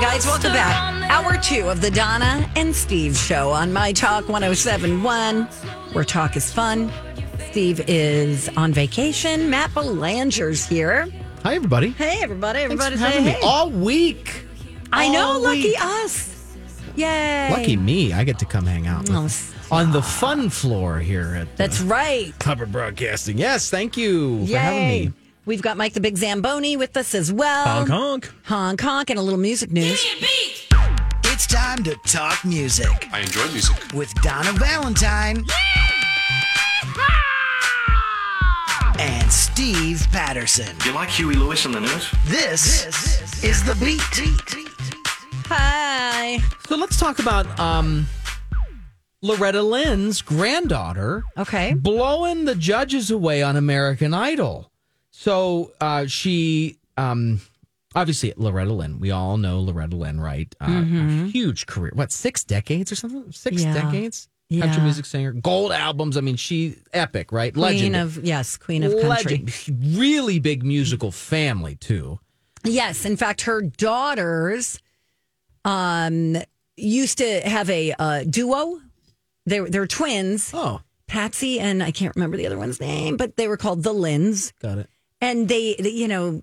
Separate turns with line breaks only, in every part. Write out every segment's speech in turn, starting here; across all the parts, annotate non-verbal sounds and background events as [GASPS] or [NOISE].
guys. Welcome back. Hour two of the Donna and Steve show on My Talk 1071, where talk is fun. Steve is on vacation. Matt Belanger's here.
Hi, everybody.
Hey, everybody.
Thanks
Everybody
for
say
having
hey.
me all week.
I know.
all
Lucky
week.
us. Yay.
Lucky me, I get to come hang out with-
Oh, stop.
on the fun floor here at
That's right.
Hubbard Broadcasting. Yes, thank you
Yay.
for having me.
We've got Mike the Big Zamboni with us as well.
Honk honk.
Hong Kong and a little music news.
It's time to talk music
I enjoy music.
with Donna Valentine and Steve Patterson.
You like Huey Lewis on the news?
This, is the beat.
Hi.
So let's talk about um, Loretta Lynn's granddaughter
Okay.
blowing the judges away on American Idol. So uh, she, um, obviously, Loretta Lynn, we all know Loretta Lynn, right? Uh, a huge career. What, six decades or something? Six
Mm-hmm. Yeah.
decades? Country
Yeah.
music singer, gold albums. I mean, she epic, right? Legend.
Queen of yes, Queen of Country.
Legend. Really big musical family, too.
Yes, in fact, her daughters um, used to have a uh, duo. They were, they were twins,
Oh,
Patsy and I can't remember the other one's name, but they were called the Lins,
got it.
and they, they you know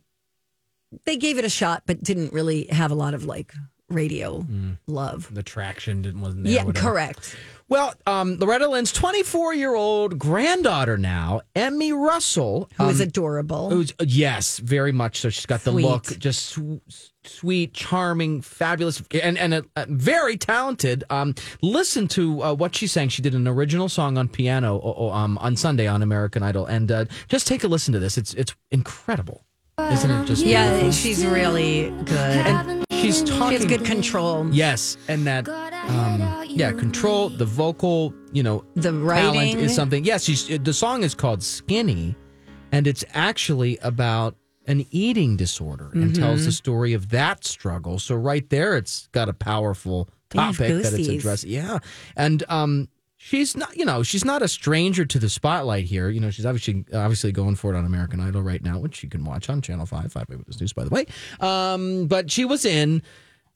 they gave it a shot, but didn't really have a lot of like radio love.
The traction didn't, wasn't there.
Yeah,
Mm. whatever.
correct.
Well, um, Loretta Lynn's 24 year old granddaughter now, Emmy Russell,
Who was
um,
adorable?
who's- yes, very much so. She's got the
Sweet.
look, just su- sweet, charming, fabulous, and and a, a very talented. Um, listen to uh, what she sang. She did an original song on piano uh, uh, um, on Sunday on American Idol, and uh, just take a listen to this. It's it's incredible, isn't it? Just
yeah,
beautiful?
she's really good.
she's
She
talking.
has good control.
Yes, and that, um, yeah, control the vocal, you know,
The
talent
writing
is something. Yes, she's, the song is called Skinny, and it's actually about an eating disorder and
Mm-hmm.
tells the story of that struggle. So right there, it's got a powerful
They have
topic that it's
goosies.
addressing. Yeah, and um, she's not, you know, she's not a stranger to the spotlight here. You know, she's obviously obviously going for it on American Idol right now, which you can watch on Channel Five, Five Eyewitness News, by the way. Um, but she was in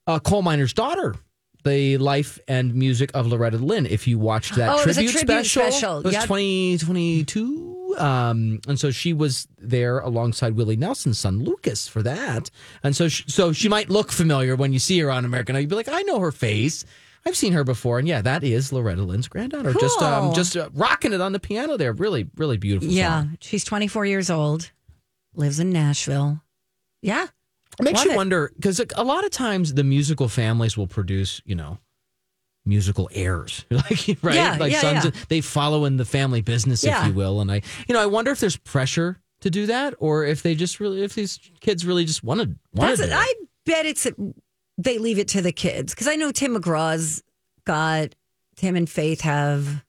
uh, Coal Miner's Daughter. The life and music of Loretta Lynn. If you watched that
Oh, it was a
tribute,
tribute special.
it was
Yep.
2022. Um, and so she was there alongside Willie Nelson's son Lucas for that. And so, she, so she might look familiar when you see her on American. Idol. You'd be like, I know her face. I've seen her before. And yeah, that is Loretta Lynn's granddaughter. Just, um,
Cool.
just uh, rocking it on the piano there. Really, really beautiful.
Yeah,
song.
she's 24 years old, lives in Nashville. Yeah.
It makes
Love
you
it.
wonder because a lot of times the musical families will produce, you know, musical heirs, [LAUGHS] like right,
Yeah,
like
yeah,
sons.
yeah.
They follow in the family business,
Yeah.
if you will. And I, you know, I wonder if there's pressure to do that, or if they just really, if these kids really just wanted wanted
That's it.
it.
I bet it's they leave it to the kids because I know Tim McGraw's got Tim and Faith have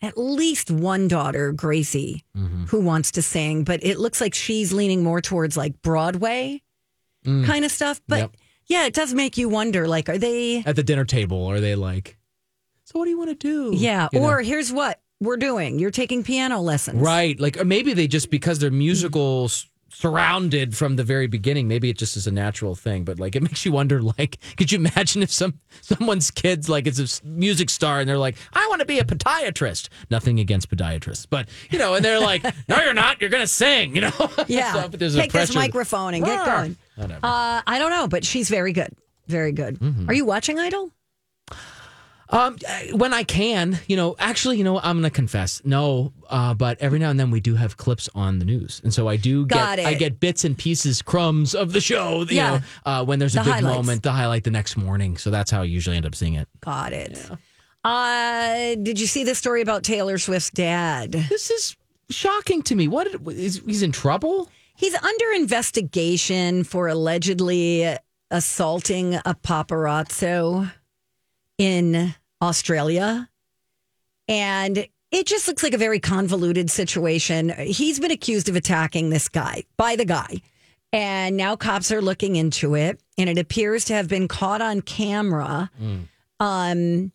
at least one daughter, Gracie,
Mm-hmm.
who wants to sing, but it looks like she's leaning more towards like Broadway kind of stuff. But
Mm. Yep.
yeah, it does make you wonder. Like, are they?
At the dinner table, are they like? So what do you want to do?
Yeah.
You know?
or here's what we're doing. You're taking piano lessons,
right, like or maybe they just because they're musical. s- Surrounded from the very beginning, maybe it just is a natural thing, but like it makes you wonder. Like, [LAUGHS] could you imagine if some someone's kids like it's a s- music star and they're like, "I want to be a podiatrist." Nothing against podiatrists, but you know, and they're like,
[LAUGHS]
"No, you're not. You're gonna sing." You know, [LAUGHS]
Yeah.
So, but there's a
Take this
pressure-
microphone and get
Rawr.
going.
Whatever. Mm-hmm.
Uh, I don't know, but she's very good. Very good. Are you watching Idol?
Um, uh, when I can, you know, actually, you know, what, I'm gonna confess, no, uh, but every now and then we do have clips on the news, and so I do get,
Got it.
I get bits and pieces, crumbs of the show, you
Yeah.
know, uh, when there's a
The
big
highlights.
moment, the highlight the next morning. So that's how I usually end up seeing it.
Got it. Uh, did you see the story about Taylor Swift's dad?
This is shocking to me. What is he's in trouble?
He's under investigation for allegedly assaulting a paparazzo in Australia. And it just looks like a very convoluted situation. He's been accused of attacking this guy by the guy. And now cops are looking into it. And it appears to have been caught on camera. Um,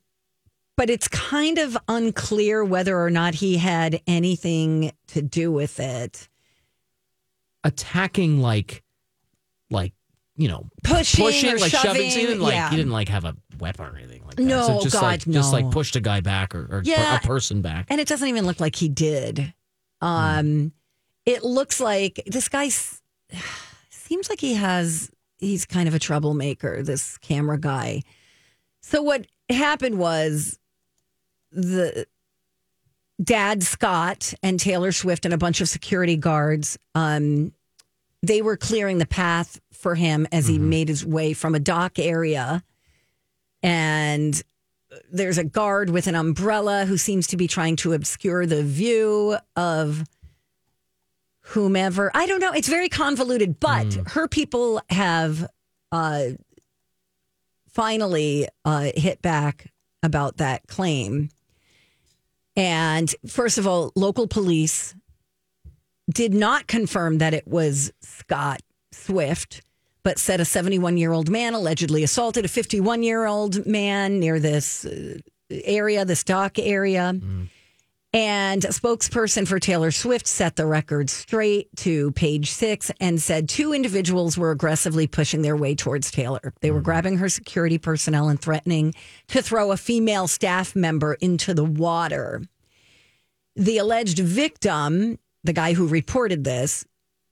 but it's kind of unclear whether or not he had anything to do with it.
Attacking like, like you know,
Pushing
push it,
or
like shove it. So he
shoving,
didn't like
yeah.
he didn't like have a weapon or anything like that.
No,
so just
God,
like just like
no.
pushed a guy back or, or
Yeah.
a person back.
And it doesn't even look like he did. Um, It looks like this guy s- [SIGHS] seems like he has, he's kind of a troublemaker, this camera guy. So what happened was the dad, Scott, and Taylor Swift, and a bunch of security guards, um, they were clearing the path for him as he
Mm-hmm.
made his way from a dock area. And there's a guard with an umbrella who seems to be trying to obscure the view of whomever. I don't know. It's very convoluted, but her people have uh, finally uh, hit back about that claim. And first of all, local police did not confirm that it was Scott Swift, but said a 71 year old man allegedly assaulted a 51 year old man near this uh, area, this dock area. And a spokesperson for Taylor Swift set the record straight to page six and said two individuals were aggressively pushing their way towards Taylor. They were grabbing her security personnel and threatening to throw a female staff member into the water the alleged victim, the guy who reported this,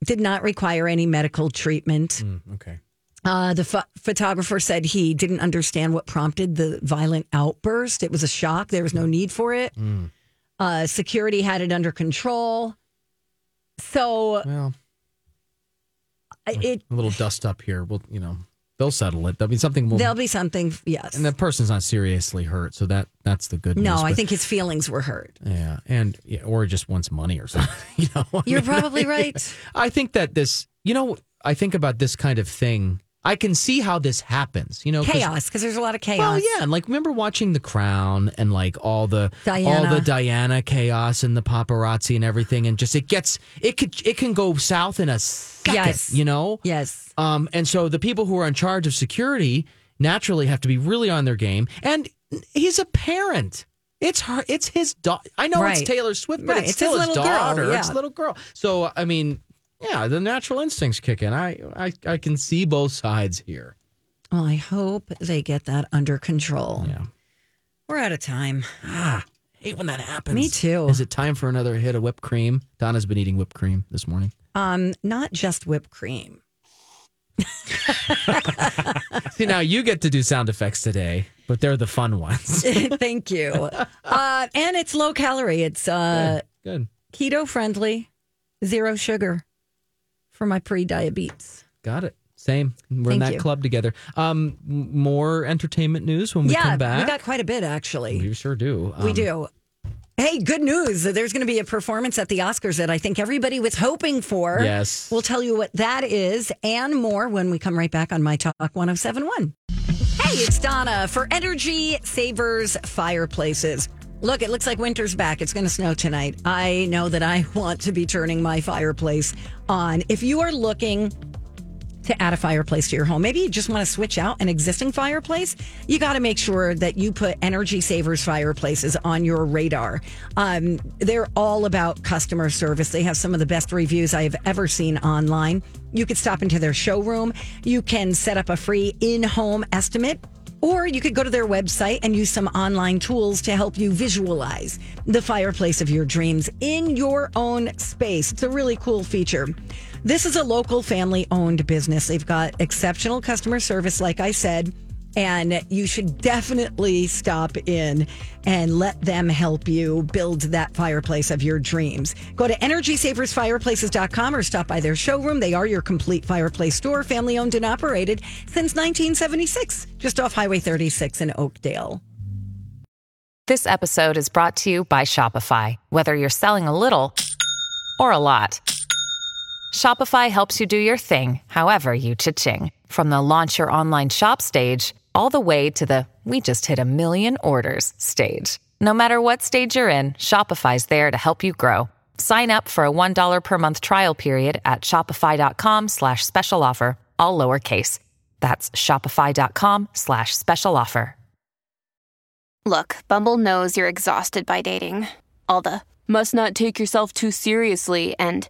did not require any medical treatment.
Hmm, Okay.
Uh, the pho- photographer said he didn't understand what prompted the violent outburst. It was a shock. There was no need for it.
Mm.
Uh, security had it under control. So
Well,
it
a little dust up here. Well, you know, they'll settle it. I mean, something will.
there'll be something. Yes.
and the person's not seriously hurt, so that that's the good news.
no, I
but-
think his feelings were
[LAUGHS]
hurt.
Yeah, and yeah, or just wants money or something. [LAUGHS] You know, I
You're
mean,
probably right.
I think that this, you know, I think about this kind of thing. I can see how this happens. You know,
[LAUGHS]
'cause-
Chaos, because there's a lot of chaos.
Well, yeah, and like remember watching The Crown and like all the all
Diana.
the Diana chaos and the paparazzi and everything, and just it gets it could it can go south in a second.
Yes.
You know.
Yes.
Um, and so the people who are in charge of security naturally have to be really on their game. And he's a parent. It's her. It's his daughter. I know
Right.
it's Taylor Swift, but
Right.
it's
It's his
still his,
little girl,
daughter. It's
yeah.
a little girl. So I mean, yeah, the natural instincts kick in. I I, I can see both sides here.
Well, I hope they get that under control.
Yeah.
We're out of time.
Hate when that happens.
Me too.
Is it time for another hit of whipped cream? Donna's been eating whipped cream this morning.
Um, not just whipped cream.
[LAUGHS]
[LAUGHS]
See, now you get to do sound effects today, but they're the fun ones.
Thank
[LAUGHS]
you. Uh, and it's low calorie. It's uh,
Good.
keto friendly, zero sugar for my pre diabetes.
Got it. Same. We're in
Thank
that
you.
club together. Um, m- more entertainment news when we
Yeah,
come back.
we got quite a bit actually.
We sure do.
we
Um,
do. Hey, good news! There's going to be a performance at the Oscars that I think everybody was hoping for.
Yes.
We'll tell you what that is and more when we come right back on My Talk 1071. Hey, it's Donna for Energy Savers Fireplaces. Look, it looks like winter's back. It's going to snow tonight. I know that I [LAUGHS] want to be turning my fireplace on. If you are looking to add a fireplace to your home. Maybe you just want to switch out an existing fireplace. You got to make sure that you put Energy Savers fireplaces on your radar. Um, they're all about customer service. They have some of the best reviews I have ever seen online. You could stop into their showroom. You can set up a free in-home estimate. Or you could go to their website and use some online tools to help you visualize the fireplace of your dreams in your own space. It's a really cool feature. This is a local family owned business. They've got exceptional customer service, like I said, and you should definitely stop in and let them help you build that fireplace of your dreams. Go to energysaversfireplaces.com or stop by their showroom. They are your complete fireplace store, family owned and operated since 1976, just off Highway 36 in Oakdale.
This episode is brought to you by Shopify. Whether you're selling a little or a lot, Shopify helps you do your thing, however you cha-ching. From the launch your online shop stage, all the way to the we just hit a million orders stage. No matter what stage you're in, Shopify's there to help you grow. Sign up for a $1 per month trial period at shopify.com slash special offer, all lowercase. That's shopify.com slash special offer.
Look, Bumble knows you're exhausted by dating. All the must not take yourself too seriously and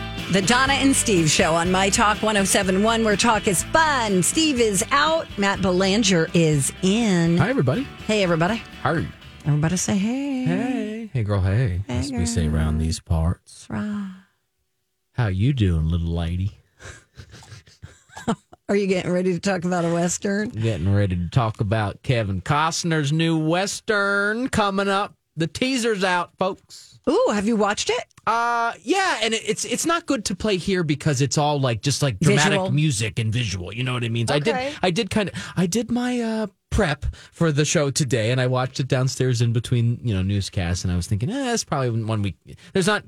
The Donna and Steve show on My Talk 1071, where talk is fun. Steve is out. Matt Belanger is in.
Hi, everybody.
Hey, everybody.
Hi.
Everybody say hey.
Hey. Hey, girl. Hey. As we say around these parts.
That's right.
How you doing, little lady?
Are you getting ready to talk about a Western?
Getting ready to talk about Kevin Costner's new Western coming up. The teaser's out, folks.
Ooh, have you watched it?
Uh, yeah, and it- it's it's not good to play here because it's all like just like dramatic
Visual.
music and visual. You know what I mean? I did I did kind of I did my uh prep for the show today, and I watched it downstairs in between you know newscasts, and I was thinking eh, that's probably one week. There's not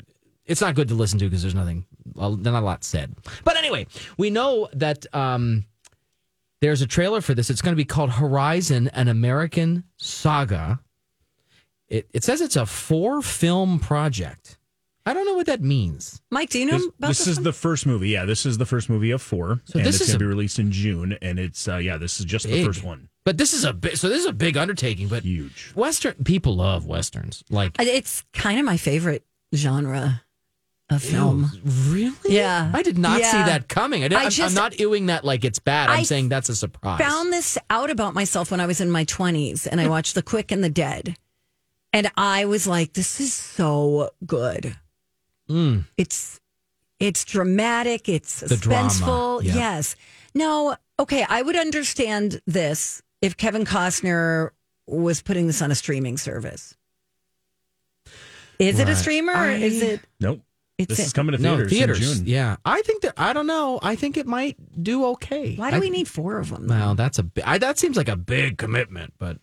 it's not good to listen to because there's nothing well, not a lot said. But anyway, we know that um there's a trailer for this. It's going to be called Horizon: An American Saga. It it says it's a four film project. I don't know what that means.
Mike, do you know
This,
about
this
this?
is
one?
the first movie. Yeah, this is the first movie of four,
So
and
this
it's
is
going
a-
to be released in June. And it's uh, yeah, this is just the
Big.
first one.
But this is a big, so this is a big undertaking. But
Huge.
Western people love westerns, like
It's kind of my favorite genre of film.
Ew, really?
Um, Yeah.
I did not see
Yeah.
that coming. I did,
I
I am
just-
I'm not doing that like it's bad. I'm
I
saying that's a surprise.
found this out about myself when I was in my 20s and I watched The Quick and the Dead. And I was like, this is so good.
Mm.
It's it's dramatic, it's
The drama,
suspenseful.
yeah.
Yes. No, okay, I would understand this if Kevin Costner was putting this on a streaming service. Is it a
Right.
streamer? or is
I-
it
Nope.
it's
this
a-
is coming to
no
theaters,
theaters.
in June.
Yeah, I think that I don't know. I think it might do okay.
Why do
I-
we need four of them?
Well, that's a bi- I, that seems like a big commitment, but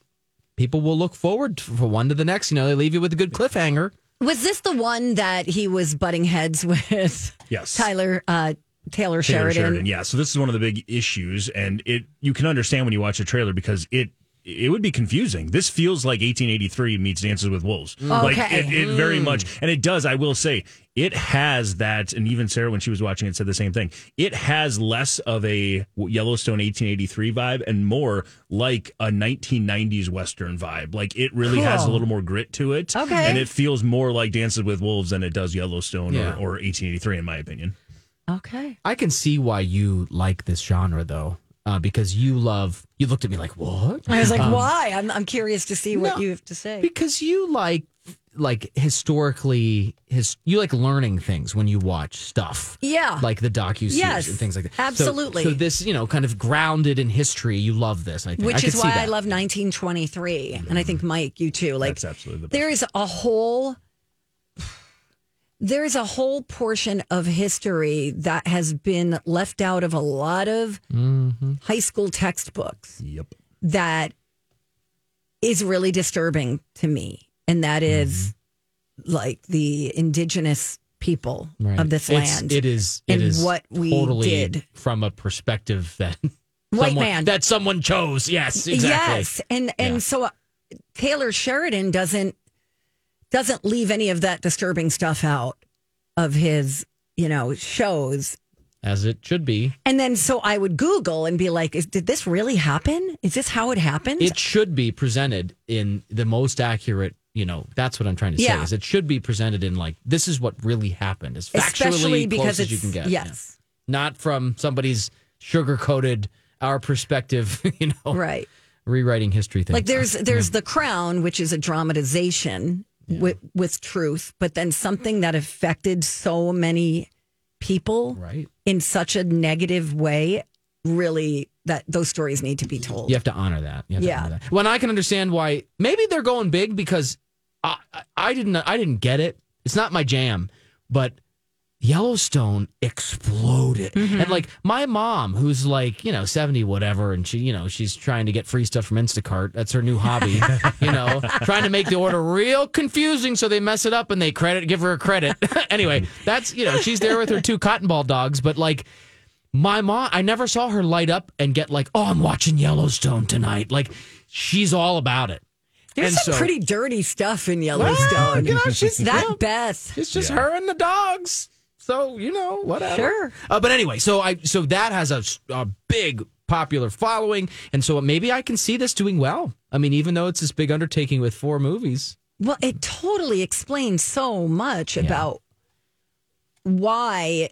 people will look forward to, from one to the next. You know, they leave you with a good cliffhanger.
Was this the one that he was butting heads [LAUGHS] with
Yes.
Tyler uh, Taylor,
Taylor
Sheridan?
Sheridan. Yeah. So this is one of the big issues, and it you can understand when you watch a trailer because it it would be confusing. This feels like 1883 meets Dances with Wolves. Like
Mm. Okay. Mm.
it, it very much, and it does. I will say it has that, and even Sarah when she was watching it said the same thing. It has less of a Yellowstone 1883 vibe and more like a 1990s Western vibe. Like it really has a
Cool.
little more grit to it.
Okay.
And it feels more like Dances with Wolves than it does Yellowstone
Yeah.
or, or 1883, in my opinion.
Okay.
I can see why you like this genre though, uh, because you love. You looked at me like what?
I was like,
Um,
why? I'm, I'm curious to see what
no,
you have to say.
because you like like historically his you like learning things when you watch stuff
yeah.
like the docu
Yes,
and things like that So-
absolutely.
so, this you know kind of grounded in history you love this i think
which
could
is
see
why I
that.
love 1923. And I think, Mike, you too. Like,
That's absolutely the best.
there is a whole. There is a whole portion of history that has been left out of a lot of
Mm-hmm.
high school textbooks.
Yep.
that is really disturbing to me, and that
Mm-hmm.
is, like the indigenous people
Right.
of this
It's-
land.
it is it
and
is
what we
totally
did.
from a perspective that
White
someone,
man.
that someone chose yes exactly
Yes, and and
Yeah.
so uh, Taylor Sheridan doesn't doesn't leave any of that disturbing stuff out of his you know shows.
as it should be
And then so I would Google and be like, is, "Did this really happen? Is this how it happened?"
it should be presented in the most accurate you know that's what i'm trying to say
Yeah.
is it should be presented in like this is what really happened as factually
Especially because
close as
it's
you can get yeah.
yes,
not from somebody's sugar-coated our perspective [LAUGHS] you know
right.
rewriting history thing
like there's there's the crown which is a dramatization with, with truth but then something that affected so many people
right
in such a negative way really that those stories need to be told
you have to honor that You have to
Yeah.
honor that. when i can understand why maybe they're going big because I, I- I didn't i didn't get it it's not my jam but Yellowstone exploded. And like my mom, who's like, you know, 70, whatever, and she, you know, she's trying to get free stuff from Instacart. That's her new hobby, you know, trying to make the order real confusing so they mess it up and they credit, give her a credit. [LAUGHS] anyway, that's, you know, she's there with her two cotton ball dogs, but like, my mom, I never saw her light up and get like, oh, I'm watching Yellowstone tonight. Like, she's all about it.
There's
And
some
so-
pretty dirty stuff in Yellowstone.
you know, Oh, she's-
that
yeah.
Beth.
It's just her and the dogs. So you know, whatever.
Sure.
Uh, but anyway, so I so that has a, s- a big popular following, and so maybe I can see this doing well. I mean, even though it's this big undertaking with four movies,
Well, it totally explains so much about why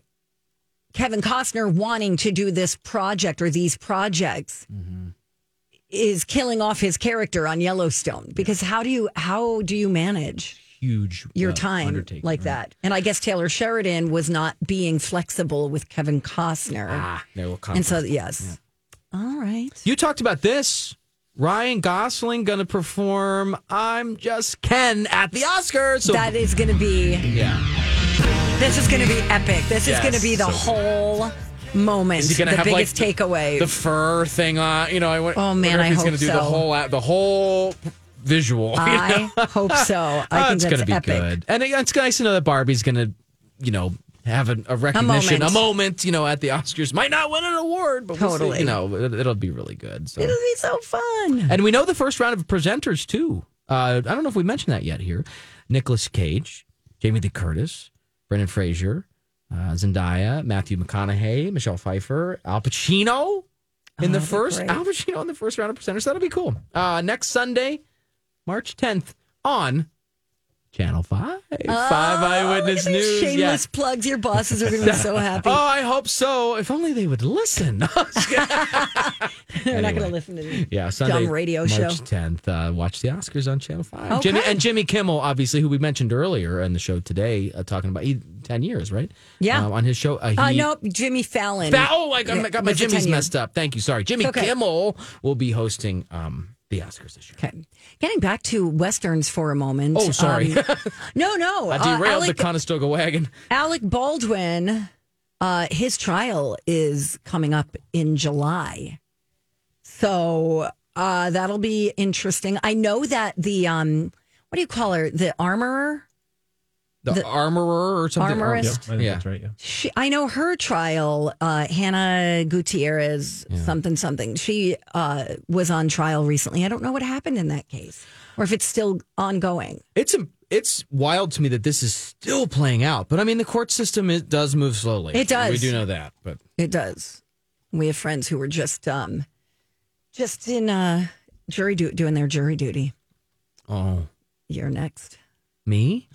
Kevin Costner wanting to do this project or these projects
Mm-hmm.
is killing off his character on Yellowstone. Because how do you how do you manage
huge
your
uh,
time
undertaking,
like
right?
that? And I guess Taylor Sheridan was not being flexible with Kevin Costner.
Ah, no
and so
conflict.
yes. All right.
you talked about this. Ryan Gosling gonna perform "I'm Just Ken" at the Oscars. So
that is gonna be
yeah,
This is going to be epic. This
Yes,
is going to be the
so good.
whole moment.
Is he gonna
the
have, like,
biggest
the-
takeaway.
the fur thing on. You know, I went.
Oh, man,
wonder if
I
he's
hope
gonna do the
so.
whole a- the whole visual. [LAUGHS] [LAUGHS] you know?
I hope
[LAUGHS]
so. I
Oh,
think
it's
that's
going to be
epic.
good. And it- it's nice to know that Barbie's going to, you know, have a, a recognition,
moment.
a moment. you know, at the Oscars. Might not win an award, but we'll
Totally.
see, you know, it, it'll be really good. So.
It'll be so fun.
And we know the first round of presenters too. Uh, I don't know if we mentioned that yet here. Nicolas Cage, Jamie Lee Curtis, Brendan Fraser, uh, Zendaya, Matthew McConaughey, Michelle Pfeiffer, Al Pacino in the
that'd be
first
Oh, great.
Al Pacino in the first round of presenters. That'll be cool. Uh, next Sunday, March 10th on Channel Five. Five Eyewitness
Oh, Look at these
News. Yeah.
Shameless plugs. Your bosses are going to be
[LAUGHS]
so happy.
Oh, I hope so. If only they would
[LAUGHS]
listen. [LAUGHS]
They're not going
anyway.
to listen to me.
Yeah, Sunday,
radio
March
show.
10th. Uh, watch the Oscars on Channel 5.
Okay.
Jimmy, and Jimmy Kimmel, obviously, who we mentioned earlier in the show today, uh, talking about he, 10 years, right?
Yeah.
Uh, on his show. Uh, he,
Uh, nope, Jimmy Fallon.
Fa- oh, I got, I got my
Was it 10
Jimmy's
years?
messed up. Thank you. Sorry. Jimmy
It's okay.
Kimmel will be hosting um, the Oscars this year.
Okay. Getting back to Westerns for a moment.
Oh, sorry. [LAUGHS]
Um, no, no.
I
uh,
derailed the
Alec,
Conestoga wagon.
Alec Baldwin, uh, his trial is coming up in July. So uh, that'll be interesting. I know that the, um, what do you call her? The armorer?
The, armorer or something. Oh,
Armorist.
Yeah, I think
Yeah.
that's right. Yeah.
She, I know her trial, uh, Hannah Gutierrez, something, something. She uh, was on trial recently. I don't know what happened in that case or if it's still ongoing.
It's a, it's wild to me that this is still playing out. But I mean, the court system it does move slowly.
It does.
We do know that. But
It does. We have friends who were just um, just in uh, jury du- doing their jury duty.
oh.
You're next.
Me?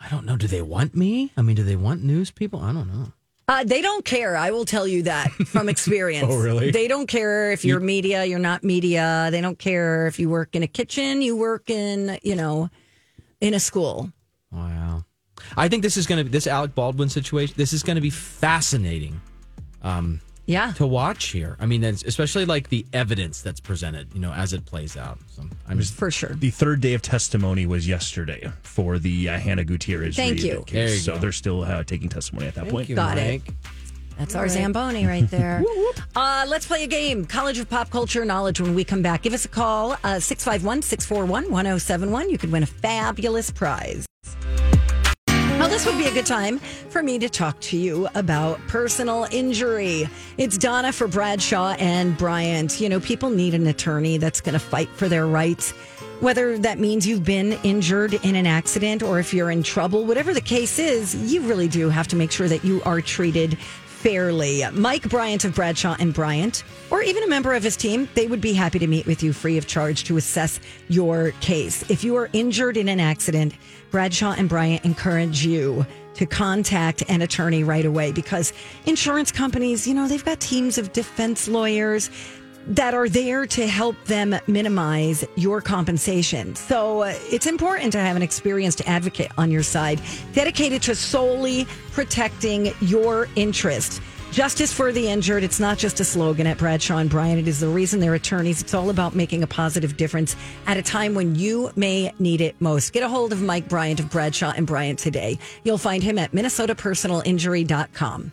I don't know. Do they want me? I mean, do they want news people? I don't know.
Uh, they don't care. I will tell you that
[LAUGHS]
from experience.
Oh, really?
They don't care if you're media, you're not media. They don't care if you work in a kitchen, you work in, you know, in a school.
Wow. I think this is going to this Alec Baldwin situation. This is going to be fascinating
Yeah.
to watch here. I mean, that's- especially like the evidence that's presented, you know, as it plays out. So I'm just
For sure.
The third day of testimony was yesterday for the uh, Hannah Gutierrez.
Thank
Reid
you.
case.
There you
so
go.
they're still uh, taking testimony at that point.
Got it. That's our Zamboni right there. uh, let's play a game College of Pop Culture Knowledge when we come back. Give us a call uh, 651 641 1071. You could win a fabulous prize. Well, this would be a good time for me to talk to you about personal injury. It's Donna for Bradshaw and Bryant. You know, people need an attorney that's going to fight for their rights, whether that means you've been injured in an accident or if you're in trouble, whatever the case is, you really do have to make sure that you are treated fairly. Mike Bryant of Bradshaw and Bryant, or even a member of his team, they would be happy to meet with you free of charge to assess your case. If you are injured in an accident, Bradshaw and Bryant encourage you to contact an attorney right away because insurance companies, you know, they've got teams of defense lawyers that are there to help them minimize your compensation. So uh, it's important to have an experienced advocate on your side dedicated to solely protecting your interest. Justice for the injured. It's not just a slogan at Bradshaw and Bryan. It is the reason they're attorneys. It's all about making a positive difference at a time when you may need it most. Get a hold of Mike Bryant of Bradshaw and Bryant today. You'll find him at minnesotapersonalinjury.com.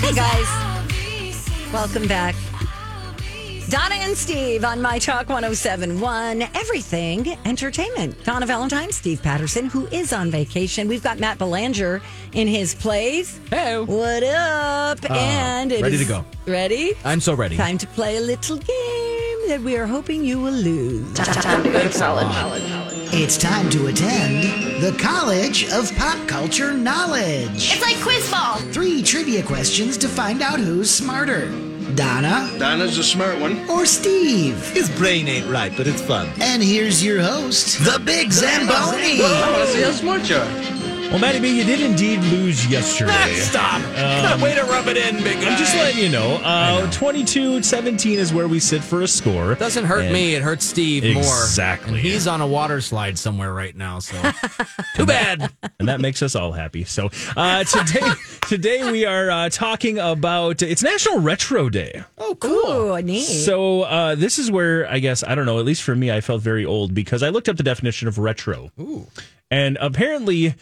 Hey guys, welcome back. Donna and Steve on My Talk 1071, Everything Entertainment. Donna Valentine, Steve Patterson, who is on vacation. We've got Matt Belanger in his place.
Hey,
What up? and it
Uh, ready to
is-
go.
Ready?
I'm so ready.
Time to play a little game that we are hoping you will lose.
It's time to attend the College of Pop Culture Knowledge.
It's like quiz ball.
Three trivia questions to find out who's smarter Donna
Donna's a smart one.
or Steve.
His brain ain't right, but it's fun.
And here's your host, the Big Zamboni.
I want to see how smart you are.
Well, Maddie B, you did indeed lose yesterday. Um,
Stop! Way to rub it in, big
I'm just letting you know. Uh, 22 17 is where we sit for a score.
Doesn't hurt
And-
me. It hurts Steve more.
Exactly.
And he's on a water slide somewhere right now.
[LAUGHS]
So too bad.
[LAUGHS] and that makes us all happy. So uh, today, today we are uh, talking about it's National Retro Day.
Oh,
Ooh, neat.
So uh, this is where I guess I don't know. At least for me, I felt very old because I looked up the definition of retro,
Ooh.
and apparently,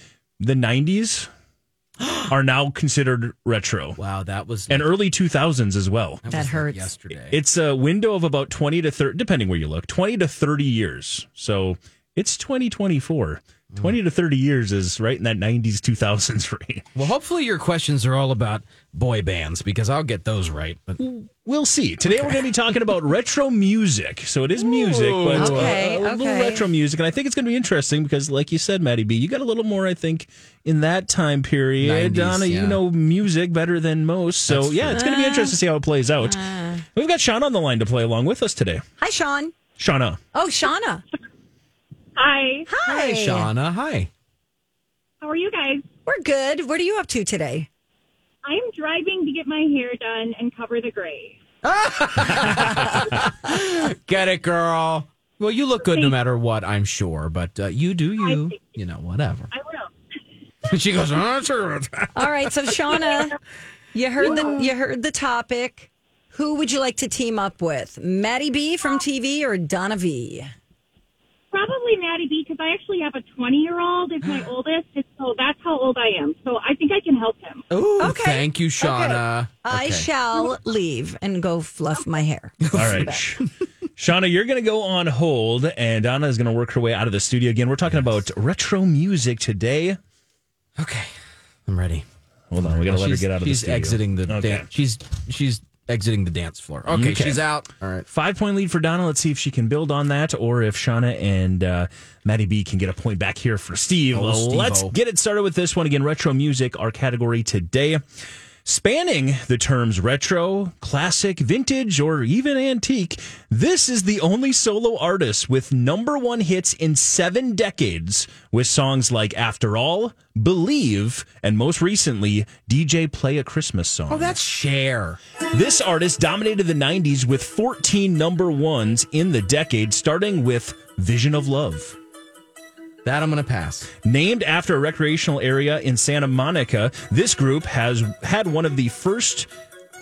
the '90s are now considered retro,
Wow, that was
and early 2000s as well.
that hurts.
yesterday.
It's a window of about 20 to 30, depending where you look, 20 to 30 years. So it's 2024. 20 to 30 years is right in that 90s, 2000s [LAUGHS] range.
well, hopefully your questions are all about boy bands because I'll get those right. But
We'll see. Today we're going to be talking about retro music. So it is music, but uh,
Okay,
a little
okay.
retro music. And I think it's going to be interesting because, like you said, Maddie B, you got a little more, I think, in that time period.
90s,
Donna,
yeah.
you know music better than most. So,
That's
yeah, it's going to be interesting to see how it plays out.
Ah.
We've got Shauna on the line to play along with us today.
Hi, Sean.
Shauna.
Oh, Shauna.
Hi.
Hi.
hey, Shauna, hi.
How are you guys?
We're good. What are you up to today?
I'm driving to get my hair done and cover the gray.
Get it, girl. Well, you look good no matter what, I'm sure. But uh, you do you. You know, whatever.
I will.
[LAUGHS] she goes, "Ah, sure."
All right, so Shauna, you heard the you heard the topic. Who would you like to team up with? Maddie B from TV or Donna V?
Probably Maddie B because I actually have a 20 year old is
[GASPS]
my oldest, and so that's how old I am. So I think I can help him.
Ooh,
Okay.
Thank you, Shauna.
I
Okay.
shall leave and go fluff my hair.
All right. Sh- Shauna, you're going to go on hold, and Donna is going to work her way out of the studio again. We're talking about retro music today.
Okay. I'm ready.
Hold on, we got to let her
She's-
get out of the
She's
studio.
exiting the
Okay.
dance. She's she's exiting the dance floor. Okay,
Okay.
she's out. All right.
Five point lead for Donna. Let's see if she can build on that, or if Shauna and uh, Maddie B can get a point back here for Steve.
Oh, Steve-o.
Let's get it started with this one again. Retro music, our category today, spanning the terms retro, classic, vintage, or even antique. This is the only solo artist with number one hits in seven decades, with songs like "After All," "Believe," and most recently, "DJ Play a Christmas Song."
Oh, that's Cher.
This artist dominated the 90s with 14 number ones in the decade, starting with Vision of Love.
That I'm gonna pass.
Named after a recreational area in Santa Monica, this group has had one of the first.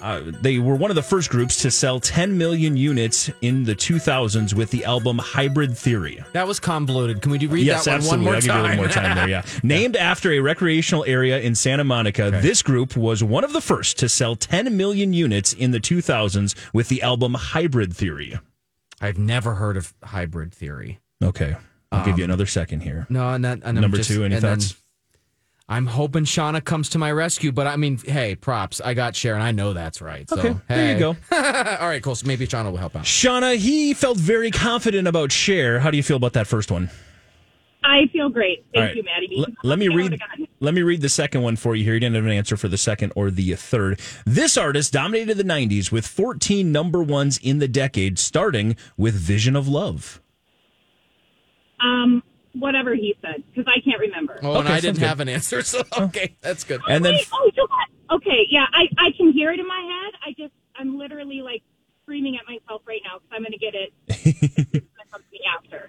Uh, they were one of the first groups to sell 10 million units in the 2000s with the album Hybrid Theory.
That was convoluted. Can we do read
yes,
that one, one
absolutely.
more
I'll give
time?
you a little more time there. Yeah.
[LAUGHS]
Named after a recreational area in Santa Monica, this group was one of the first to sell 10 million units in the 2000s with the album Hybrid Theory.
I've never heard of hybrid theory.
Okay. I'll give you another second here.
Um, No, and that and I'm
Number
just-
two, any
and then-
thoughts?
I'm hoping Shauna comes to my rescue, but I mean, hey, props. I got Sharon. I know that's right.
Okay,
so, hey.
there you
Uh,
go.
All right, cool. So maybe Shauna will help out.
Shauna, he felt very confident about Cher. How do you feel about that first one?
I feel great. Thank
All right.
you, Maddie.
L- let
I
me
would've
read.
gotten it.
Let me read the second one for you here. You didn't have an answer for the second or the third. This artist dominated the '90s with 14 number ones in the decade, starting with "Vision of Love."
Um, whatever he said, because I can't remember.
Oh, and
Okay,
I didn't
sounds good.
have an answer, [LAUGHS] so okay, that's good.
And then,
Wait, oh, you know what? okay, yeah, I, I can hear it in my head. I just, I'm literally like screaming at myself right now because I'm going to get it as soon as it comes to me after.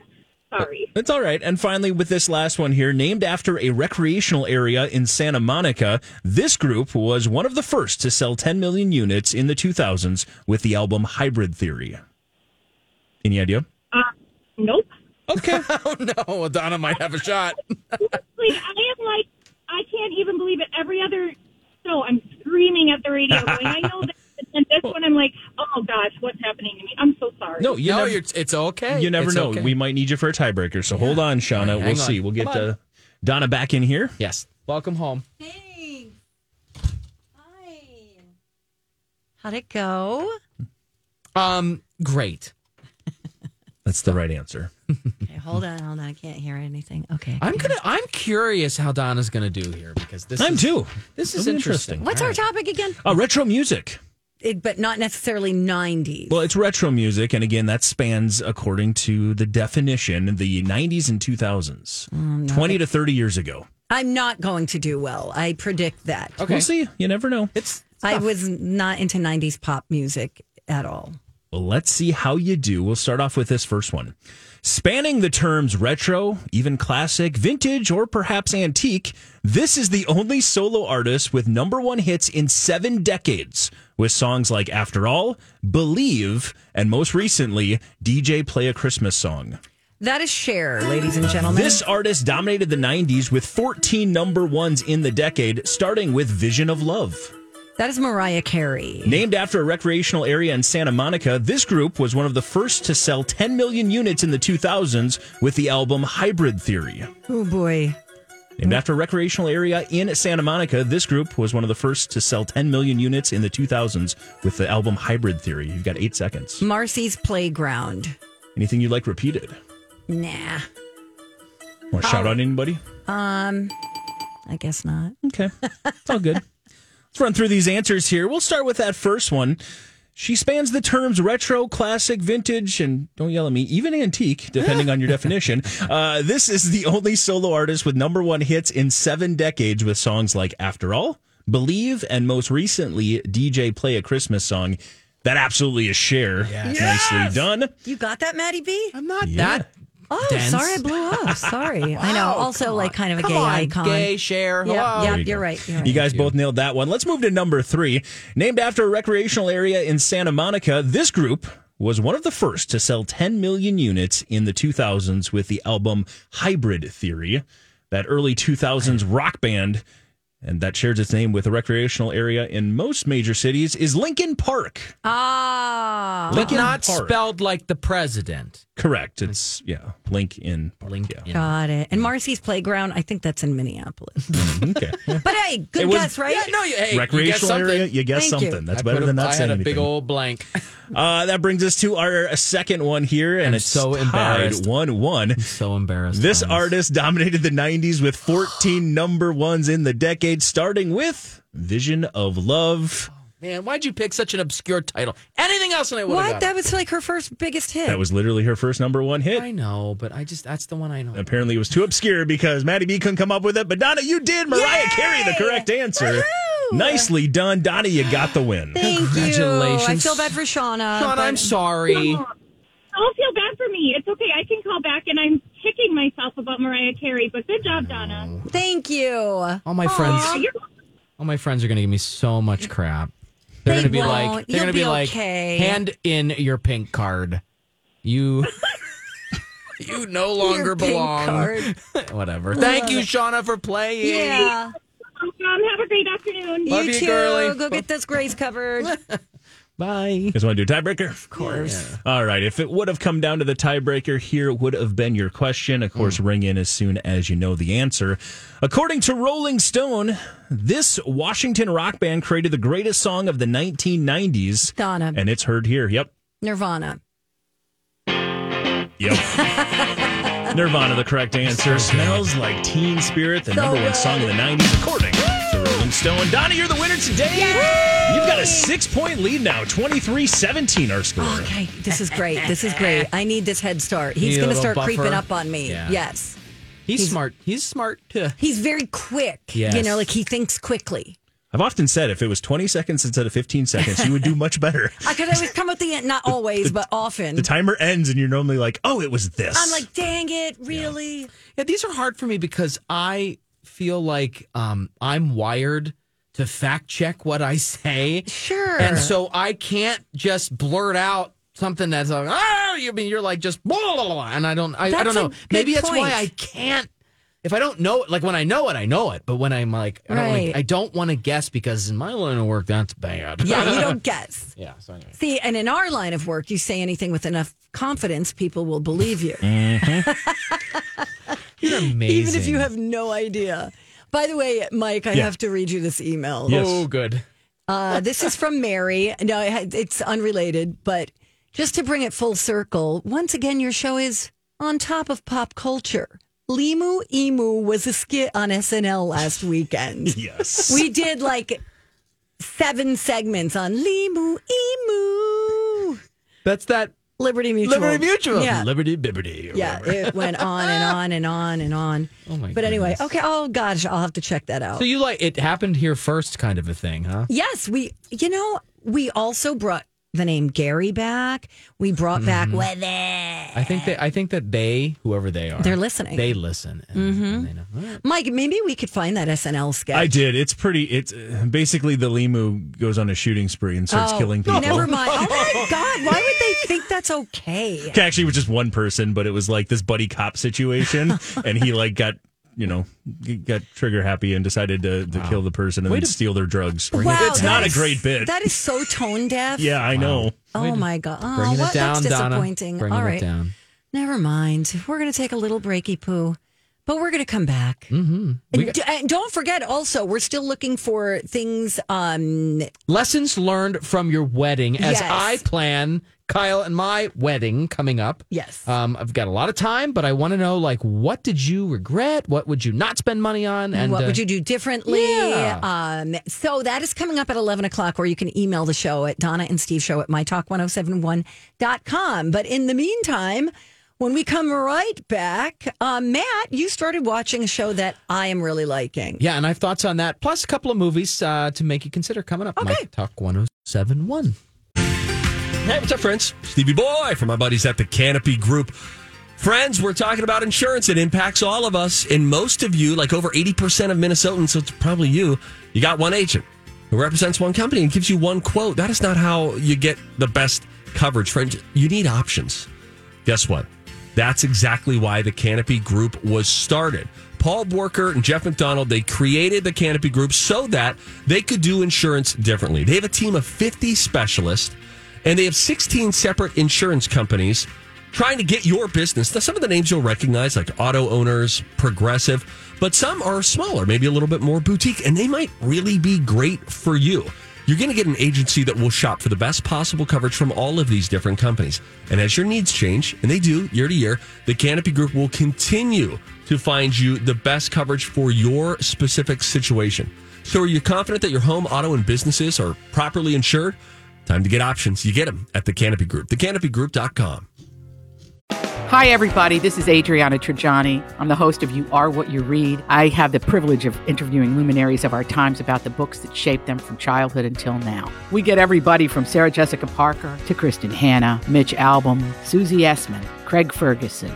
Sorry.
it's all right. And finally, with this last one here, named after a recreational area in Santa Monica, this group was one of the first to sell 10 million units in the 2000s with the album Hybrid Theory. Any idea?
Uh, nope.
Okay.
[LAUGHS] oh no, Donna might have a shot.
Honestly, I am like, I can't even believe it. Every other show, I'm screaming at the radio going, I know this. And this one, I'm like, oh gosh, what's happening to me? I'm so sorry.
No, [LAUGHS] you
no,
never,
you're, it's okay.
you never
It's
know.
okay.
We might need you for a tiebreaker. So hold on, Shauna.
All right,
we'll
hang
see.
on.
We'll get
Come on.
uh, Donna back in here.
yes. Welcome home.
Thanks. Hi. How'd it go?
Um, great.
That's the right answer.
Okay, hold on, hold on. I can't hear anything. Okay.
I'm gonna. I'm curious how Donna's gonna do here because this.
I'm
is,
too.
This
It'll
is
be
interesting.
What's our topic again?
Uh, retro music.
It, but not necessarily 90s.
Well, it's retro music, and again, that spans according to the definition the 90s and 2000s,
Mm,
20 to 30 years ago.
I'm not going to do well. I predict that.
Okay.
We'll see. You never know.
It's.
I was not into 90s pop music at all.
Well, let's see how you do. We'll start off with this first one. Spanning the terms retro, even classic, vintage, or perhaps antique, this is the only solo artist with number one hits in seven decades, with songs like After All, Believe, and most recently, DJ Play a Christmas Song.
That is Cher, ladies and gentlemen.
This artist dominated the 90s with 14 number ones in the decade, starting with Vision of Love.
that is Mariah Carey.
Named after a recreational area in Santa Monica, this group was one of the first to sell 10 million units in the 2000s with the album Hybrid Theory.
Oh boy.
Named after a recreational area in Santa Monica, this group was one of the first to sell 10 million units in the 2000s with the album Hybrid Theory. You've got eight seconds.
Marcy's Playground.
Anything you'd like repeated?
Nah,
Want to shout out anybody?
I guess not.
Okay. It's all good. Let's run through these answers here. We'll start with that first one. She spans the terms retro, classic, vintage, and don't yell at me, even antique, depending on your definition. Uh, this is the only solo artist with number one hits in seven decades with songs like After All, Believe, and most recently, DJ Play a Christmas Song. That absolutely is Cher. Nicely done.
You got that, Maddie B?
I'm not
Yeah.
that.
Oh,
dense.
sorry, I blew up. Sorry. I know.
Wow,
Also,
come
like,
on.
kind of a
Come
gay
on,
icon.
Gay share.
Yeah,
Hello.
yeah,
you go.
you're right. You're right.
You guys both nailed that one. Let's move to number three. Named after a recreational area in Santa Monica, this group was one of the first to sell 10 million units in the 2000s with the album Hybrid Theory, that early 2000s rock band. And that shares its name with a recreational area in most major cities is Lincoln Park.
Ah,
But
Lincoln
not
Park.
spelled like the president.
Correct. It's yeah, Lincoln Park.
Link.
Yeah.
in.
got it. And Marcy's Playground, I think that's in Minneapolis.
Okay. Yeah.
But hey,
It
good
was-
guess, right?
Yeah, no, you, [LAUGHS] hey,
recreational
you guessed
area,
something.
you guess
Thank you.
something. That's
I
better
put
than
a-
not
I had
saying
a
anything.
big old
[LAUGHS]
blank.
Uh, that brings us to our second one here, and
I'm
it's
so embarrassed.
One one.
so embarrassed.
This
Thomas.
artist dominated the 90s with 14 number ones in the decade, starting with Vision of Love.
Man, why'd you pick such an obscure title? Anything else, and I would have
What? That was like her first biggest hit.
That was literally her first number one
I
hit.
know, but I just that's the one I know.
Apparently, it was too obscure because Maddie B couldn't come up with it, but Donna, you did. Mariah Carey, the correct answer.
Woohoo!
Nicely done. Donna, you got the win.
Thank you. I
Congratulations.
feel bad for Shauna.
Sean,
but-
I'm sorry.
Don't feel bad for me. It's okay. I can call back, and I'm kicking myself about Mariah Carey, but good job, Donna.
Thank you.
All my friends,
Yeah, you're
all my friends are gonna give me so much crap. They're
They
gonna be
won't.
like, they're
You'll
gonna be,
be
like,
okay.
hand in your pink card.
[LAUGHS]
You, [LAUGHS] you no longer
Your pink
belong.
card.
Whatever. Thank you, Shauna, for playing.
Yeah.
welcome. Have a great afternoon.
Love
you
you,
too.
girly.
Go get this grace covered.
Bye. You
guys want to do a tiebreaker? Of
course.
All right. If it would have come down to the tiebreaker, here would have been your question. Of course, ring in as soon as you know the answer. According to Rolling Stone, this Washington rock band created the greatest song of the 1990s.
Donna.
And it's heard here. Yep.
Nirvana.
Yep. Nirvana, the correct answer. Smells like teen spirit, the
So
number one
good.
song of the 90s, according to Rolling Stone. Donna, you're the winner today. You've got a six point lead now, 23 17 our score.
Okay, this is great. This is great. I need this head start. He's
Need a
going to
little
start creeping
buffer.
up on me.
Yeah.
Yes.
He's, smart. He's smart too.
He's very quick. You
Yes.
know, like he thinks quickly.
I've often said if it was 20 seconds instead of 15 seconds, you would do
[LAUGHS]
much better.
I could always come at the end, not always, but often.
The timer ends, and you're normally like, oh, it was this.
I'm like, dang it, really?
Yeah, these are hard for me because I feel like um, I'm wired to fact check what I say.
Sure.
And [LAUGHS] so I can't just blurt out something that's like, ah, you mean you're like just blah, blah, blah, blah," and I don't, I, I
That's
don't
a
know.
good
Maybe that's why
point.
I can't. If I don't know it, like when I know it, I know it. But when I'm like, I don't, wanna-
Right.
I don't want to guess because in my line of work, that's bad.
Yeah, you don't guess.
[LAUGHS] yeah. So anyway.
See, and in our line of work, you say anything with enough confidence, people will believe you.
You're amazing.
Even if you have no idea. By the way, Mike, I
Yeah.
have to read you this email.
Oh, good.
Uh, this is from Mary. No, it had- it's unrelated, but just to bring it full circle, once again, your show is on top of pop culture. Limu Emu was a skit on SNL last weekend. [LAUGHS]
yes.
We did like seven segments on Limu Emu.
That's that
Liberty Mutual.
Liberty Mutual.
Yeah.
Liberty Bibbity. or
Yeah,
whatever.
it went on and on and on and on.
Oh, my
But anyway,
goodness.
okay. Oh gosh, I'll have to check that out.
So you like it happened here first, kind of a thing, huh?
Yes, we, you know, we also brought the name Gary back. We brought
Mm-hmm.
back with it.
I think that I think that they, whoever they are,
They're listening. Mm-hmm.
They listen. And, and they know. All right.
Mike, maybe we could find that SNL sketch.
I did. It's pretty. It's uh, basically the Limu goes on a shooting spree and starts killing people.
Oh, Never mind. Oh my God, why would they think that's okay?
[LAUGHS] Okay, Actually, it was just one person, but it was like this buddy cop situation,
[LAUGHS]
and he like got you know he got trigger happy and decided to, to kill the person and
Way
then
to-
steal their drugs.
Wow,
it's
that
not
is-
a great bit.
That is so tone deaf.
yeah, I know.
Oh my God. Oh,
Bringing
what?
it down,
that's
Donna.
disappointing.
Bringing
All right.
it down.
Never mind. We're going to take a little breaky poo, but we're going to come back. Mm-hmm. And, d- and don't forget also, we're still looking for things. Um,
Lessons learned from your wedding, as
Yes.
I plan Kyle and my wedding coming up.
yes.
Um, I've got a lot of time, but I want to know like what did you regret? What would you not spend money on? And
what
uh,
would you do differently?
Yeah.
Um, so that is coming up at 11 o'clock, or you can email the show at Donna and Steve Show at mytalk1071.com. But in the meantime, when we come right back, uh, Matt, you started watching a show that I am really liking.
Yeah, and I have thoughts on that, plus a couple of movies uh, to make you consider coming up.
Okay.
Mike Talk 1071.
Hey, what's up, friends? Stevie Boy from my buddies at the Canopy Group. Friends, we're talking about insurance. It impacts all of us, and most of you, like over 80% of Minnesotans, so it's probably you, you got one agent who represents one company and gives you one quote. That is not how you get the best coverage, friends. You need options. Guess what? That's exactly why the Canopy Group was started. Paul Borker and Jeff McDonald, they created the Canopy Group so that they could do insurance differently. They have a team of 50 specialists and they have 16 separate insurance companies trying to get your business. Now, some of the names you'll recognize, like auto owners, progressive, but some are smaller, maybe a little bit more boutique, and they might really be great for you. You're going to get an agency that will shop for the best possible coverage from all of these different companies. And as your needs change, and they do year to year, the Canopy Group will continue to find you the best coverage for your specific situation. So, are you confident that your home, auto, and businesses are properly insured? Time to get options. You get them at the Canopy Group, thecanopygroup.com.
Hi, everybody. This is Adriana Trajani. I'm the host of You Are What You Read. I have the privilege of interviewing luminaries of our times about the books that shaped them from childhood until now. We get everybody from Sarah Jessica Parker to Kristen Hanna, Mitch Albom, Susie Essman, Craig Ferguson,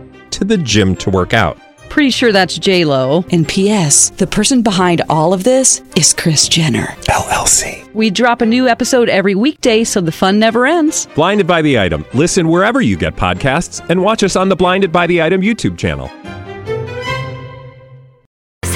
to the gym to work out.
Pretty sure that's J Lo. And P.S. The person behind all of this is Chris Jenner
LLC.
We drop a new episode every weekday, so the fun never ends.
Blinded by the Item. Listen wherever you get podcasts and watch us on the Blinded by the Item YouTube channel.
[LAUGHS] Good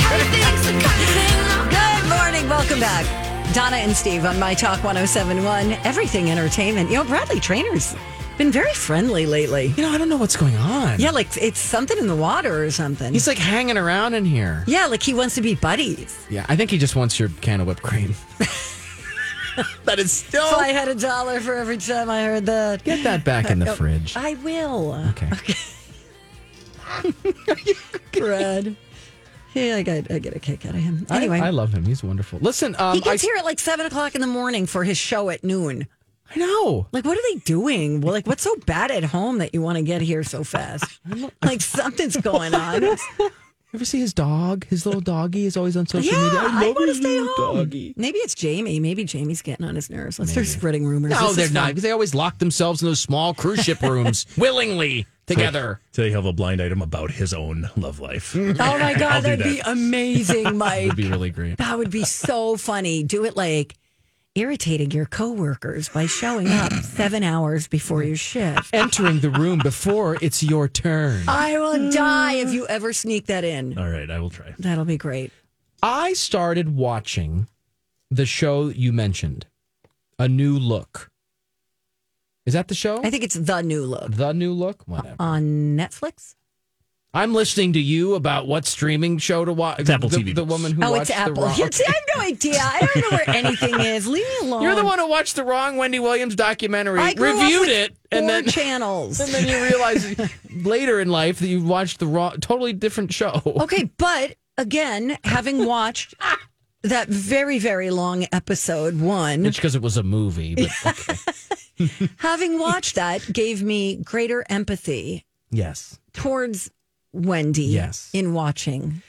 morning. Welcome back. Donna and Steve on My Talk 1071, Everything Entertainment. You know, Bradley Trainer's been very friendly lately.
You know, I don't know what's going on.
Yeah, like it's something in the water or something.
He's like hanging around in here.
Yeah, like he wants to be buddies.
Yeah, I think he just wants your can of whipped cream. [LAUGHS] that is still.
So I had a dollar for every time I heard that.
Get that back in the
Oh,
fridge.
I will.
Okay.
Brad. Yeah, I get, I get a kick out of him.
I-
Anyway,
I, love him. He's wonderful. Listen, um,
he gets
I,
here at like seven o'clock in the morning for his show at noon.
I know.
Like, what are they doing? Well, like, what's so bad at home that you want to get here so
[LAUGHS]
fast? [LAUGHS] Like, something's going on.
You ever see his dog? His little doggy is always on social
yeah,
media.
I,
love
want to
his
stay
little
home. Maybe it's Jamie. Maybe Jamie's getting on his nerves. Let's start spreading rumors.
No,
This is
they're
fun.
not. Because they always lock themselves in those small cruise ship [LAUGHS] rooms willingly together.
Today he'll have a blind item about his own love life.
[LAUGHS] Oh
[LAUGHS]
my
I'll
god,
do
that'd
that.
be amazing, Mike.
It'd be really great.
That would be so funny. Do it like irritating your coworkers by showing up seven hours before your shift.
Entering the room before it's your turn.
I will die if you ever sneak that in.
All right, I will try.
That'll be great.
I started watching the show you mentioned, A New Look. Is that the show?
I think it's the new look
the New Look? Whatever.
on Netflix.
I'm listening to you about what streaming show to watch. It's
Apple
the,
TV.
The woman who
oh,
watched
it's
The
Apple.
Rock.
Yeah, see, I have no idea. I don't know where anything is. Leave me alone.
[LAUGHS] You're the one who watched the wrong Wendy Williams documentary,
I grew up
reviewed
with
it, and
four
then
channels.
and [LAUGHS] then you realize later in life that you watched the wrong, totally different show.
Okay, but again, having watched that very, very long episode one,
It's because it was a movie.
[LAUGHS]
But
having watched that gave me greater empathy
yes.
towards Wendy
Yes.
in watching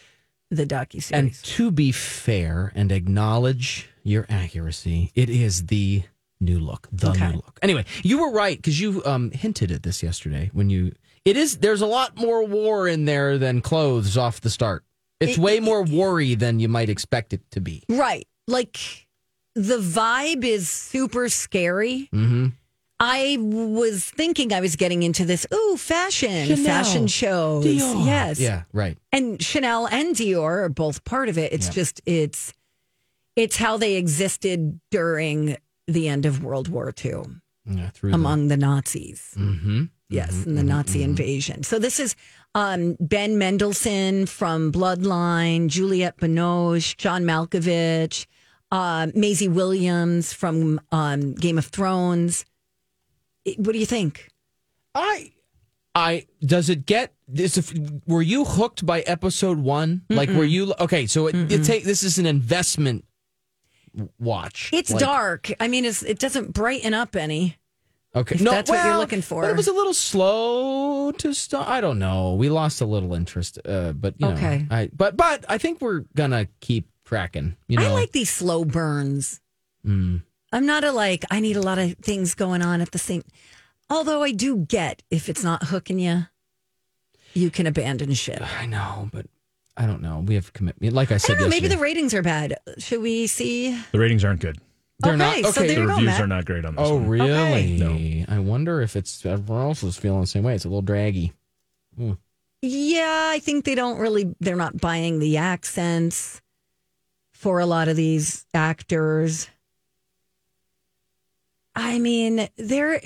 the docuseries.
And to be fair and acknowledge your accuracy, it is the new look, the
Okay.
new look. Anyway, you were right because you um, hinted at this yesterday when you. It is. There's a lot more war in there than clothes off the start. It's
It-
way more worry than you might expect it to be.
right. Like the vibe is super scary.
Mm-hmm.
I was thinking I was getting into this, ooh, fashion,
Chanel,
fashion shows.
Dior.
Yes.
Yeah. Right.
and Chanel and Dior are both part of it. It's
Yeah.
just it's it's how they existed during the end of World War II
Yeah, through
among the Nazis.
Mm-hmm.
Yes, and the Nazi invasion. So this is um, Ben Mendelsohn from Bloodline, Juliette Binoche, John Malkovich, uh, Maisie Williams from um, Game of Thrones. It- what do you think?
I, I does it get this? If, were you hooked by episode one? Like, were you okay? So it, it take this is an investment w- watch.
It's
Like,
dark. I mean, it's, it doesn't brighten up any.
Okay,
if that's what you're looking for.
But it was a little slow to start. I don't know. We lost a little interest, uh, but you
Okay.
know, I but but I think we're gonna keep cracking. You know,
I like these slow burns.
Mm.
I'm not a like, I need a lot of things going on at the same. Although I do get if it's not hooking you, you can abandon ship. I
I know, but I don't know. We have commitment. Like I said,
don't know. Maybe the
yesterday.
ratings are bad. Should we see?
The ratings aren't good.
They're not-
okay, so
okay.
there
The
you go,
reviews
Matt.
are not great on this.
Oh,
one.
really?
No.
I wonder if it's everyone else is feeling the same way. It's a little draggy.
Yeah, I think they don't really. They're not buying the accents for a lot of these actors. I mean, there.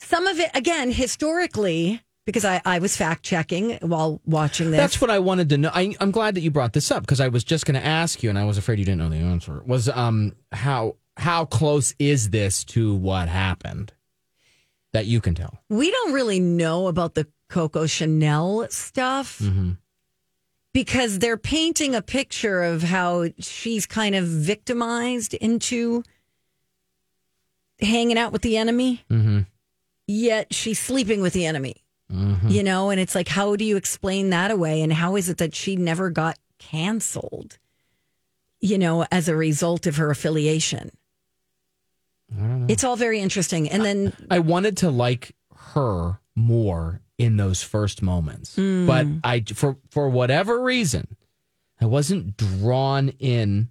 Some of it again historically, because I I was fact checking while watching this.
That's what I wanted to know. I, I'm glad that you brought this up because I was just going to ask you, and I was afraid you didn't know the answer. Was um how how close is this to what happened that you can tell?
we don't really know about the Coco Chanel stuff because they're painting a picture of how she's kind of victimized into hanging out with the enemy,
Mm-hmm.
yet she's sleeping with the enemy. you know and it's like how do you explain that away and how is it that she never got canceled you know as a result of her affiliation it's all very interesting and then
I wanted to like her more in those first moments,
Mm.
but I for for whatever reason, I wasn't drawn in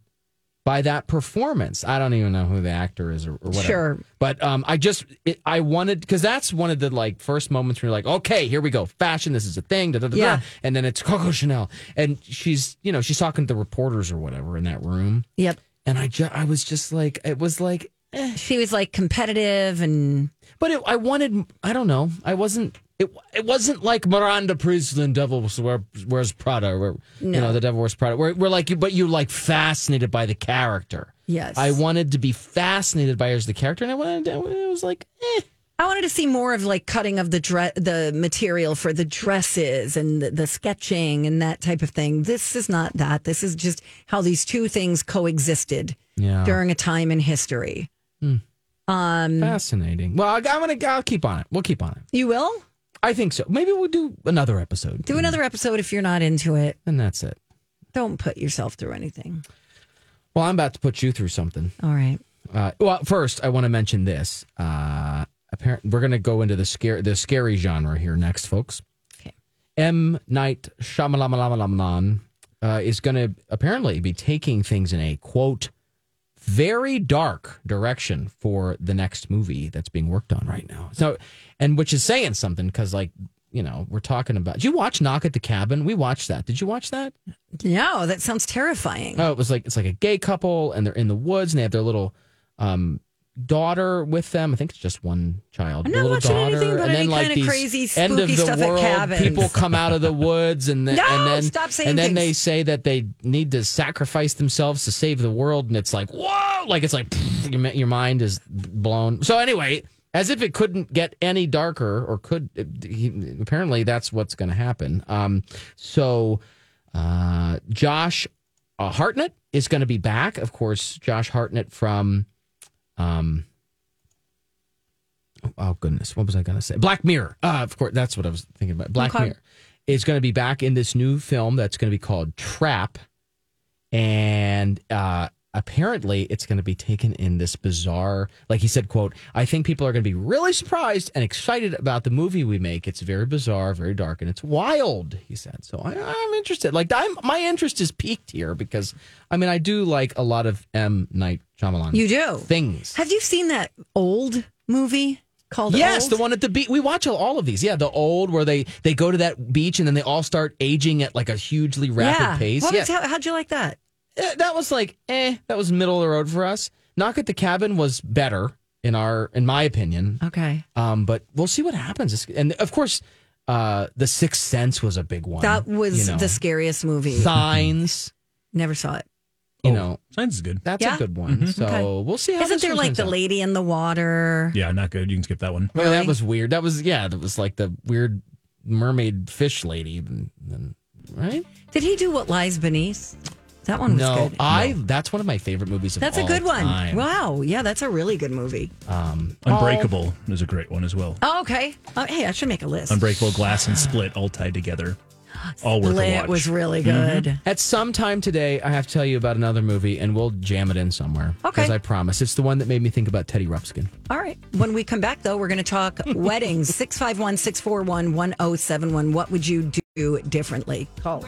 by that performance. I don't even know who the actor is or, or whatever.
Sure.
but um, I just it, I wanted because that's one of the like first moments where you're like, okay, here we go, fashion. This is a thing. Da, da, da,
Yeah.
da. and then it's Coco Chanel, and she's you know she's talking to reporters or whatever in that room,
yep
and I ju- I was just like it was like
she was like competitive and
but it, I wanted, I don't know, I wasn't. It, it wasn't like Miranda Priestland, Devil Wear- Wears Prada, where you
No.
know the Devil Wears Prada. Where we're like, but you're like fascinated by the character.
Yes.
I wanted to be fascinated by her as the character, and I wanted. I was like, eh,
I wanted to see more of like cutting of the dress, the material for the dresses and the, the sketching and that type of thing. This is not that. This is just how these two things coexisted
Yeah.
during a time in history.
Hmm.
Um,
fascinating. Well, I, I'm gonna. I'll keep on it. We'll keep on it.
you will
I think so. Maybe we'll do another episode,
do another episode if you're not into it.
and that's it.
Don't put yourself through anything.
Well, I'm about to put you through something.
All right.
Uh, well, first I want to mention this. Uh, apparent, we're going to go into the scare the scary genre here next, folks. M Night Shyamalan uh, is going to apparently be taking things in a quote very dark direction for the next movie that's being worked on right now. So, and which is saying something because like you know we're talking about. Did you watch Knock at the Cabin? We watched that. Did you watch that?
No, oh, that sounds terrifying.
Oh, it was like it's like a gay couple, and they're in the woods, and they have their little um, daughter with them. I think it's just one child.
I'm
the
not
little
watching
daughter,
anything but
and
any
then like
kinda
these
crazy,
end of
spooky
the
stuff at
world
cabins. [LAUGHS]
people come out of the woods, and then
No,
and then
stop saying
and then
things.
they say that they need to sacrifice themselves to save the world, and it's like whoa, like it's like pfft, your mi- your mind is blown. So anyway. As if it couldn't get any darker, or could he, apparently that's what's going to happen. Um, so, uh, Josh uh, Hartnett is going to be back. Of course, Josh Hartnett from, um, oh goodness, what was I going to say? Black Mirror. Uh, of course, that's what I was thinking about. Black
Okay.
Mirror is going to be back in this new film that's going to be called Trap, and uh, apparently it's going to be taken in this bizarre. Like he said, "quote I think people are going to be really surprised and excited about the movie we make. It's very bizarre, very dark, and it's wild." He said. So I, I'm interested. Like I'm, my interest is piqued here because I mean I do like a lot of M Night Shyamalan.
You do?
things.
Have you seen that old movie called
Yes,
Old?
the one at the beach. We watch all- all of these. Yeah, the old where they they go to that beach and then they all start aging at like a hugely rapid
yeah.
pace.
What
yeah.
was- how, how'd you like that?
Eh, that was like eh, that was middle of the road for us. Knock at the cabin was better in our in my opinion.
Okay.
Um, but we'll see what happens. It's- And of course, uh, the Sixth Sense was a big one.
That was
you know.
the scariest movie.
[LAUGHS] Signs.
Never saw it.
You know,
Signs Oh, is good.
that's
Yeah?
a good one. So
Okay.
we'll see. How
Isn't
this
there
one
like
turns
the
out.
lady in the water?
Yeah, not good. You can skip that one.
Well, that was weird. That was yeah. That was like the weird mermaid fish lady. And then, right?
Did he do what lies beneath? That one was
no,
good.
I. That's one of my favorite movies. Of
That's a
all
good one.
time.
Wow. Yeah, that's a really good movie.
Um,
Unbreakable is a great one as well.
Oh, okay. Oh, hey, I should make a list.
Unbreakable Glass and Split all tied together. All worth a
Lit
watch.
was really good.
At some time today, I have to tell you about another movie, and we'll jam it in somewhere.
Okay.
Because I promise, it's the one that made me think about Teddy Rupskin.
All right. When we come back, though, we're going to
[LAUGHS]
talk oh weddings 651 641 1071. What would you do differently? Call.